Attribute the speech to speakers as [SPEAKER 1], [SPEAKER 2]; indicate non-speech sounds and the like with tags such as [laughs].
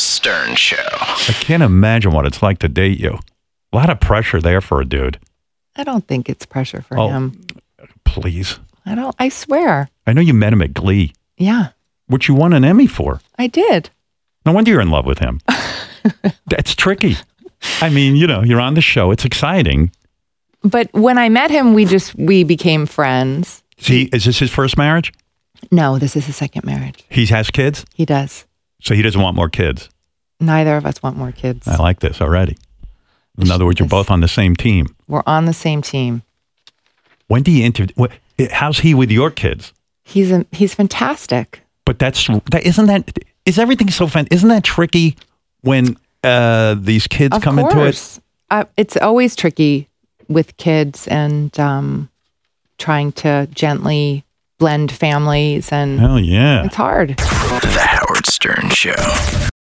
[SPEAKER 1] Show.
[SPEAKER 2] I can't imagine what it's like to date you. A lot of pressure there for a dude.
[SPEAKER 3] I don't think it's pressure for
[SPEAKER 2] Oh.
[SPEAKER 3] him.
[SPEAKER 2] Please.
[SPEAKER 3] I don't. I swear.
[SPEAKER 2] I know you met him at Glee,
[SPEAKER 3] Yeah,
[SPEAKER 2] which you won an Emmy for.
[SPEAKER 3] I did.
[SPEAKER 2] No wonder you're in love with
[SPEAKER 3] [laughs]
[SPEAKER 2] him. That's tricky. I mean, you know, you're on the show. It's exciting.
[SPEAKER 3] But when I met him, we just we became friends.
[SPEAKER 2] See, is this his first marriage?
[SPEAKER 3] No, this is his second marriage.
[SPEAKER 2] He has kids,
[SPEAKER 3] He does.
[SPEAKER 2] so he doesn't want more kids.
[SPEAKER 3] Neither of us want more kids.
[SPEAKER 2] I like this already. In other words, you're both on the same team.
[SPEAKER 3] We're on the same team.
[SPEAKER 2] When do you interview? How's he with your kids?
[SPEAKER 3] He's a, he's fantastic.
[SPEAKER 2] But that's that isn't that is everything so fun? Isn't that tricky when uh, these kids
[SPEAKER 3] of
[SPEAKER 2] come
[SPEAKER 3] course.
[SPEAKER 2] into it?
[SPEAKER 3] Uh, it's always tricky with kids and um, trying to gently blend families, and
[SPEAKER 2] Hell yeah!
[SPEAKER 3] it's hard.
[SPEAKER 1] The Howard Stern Show.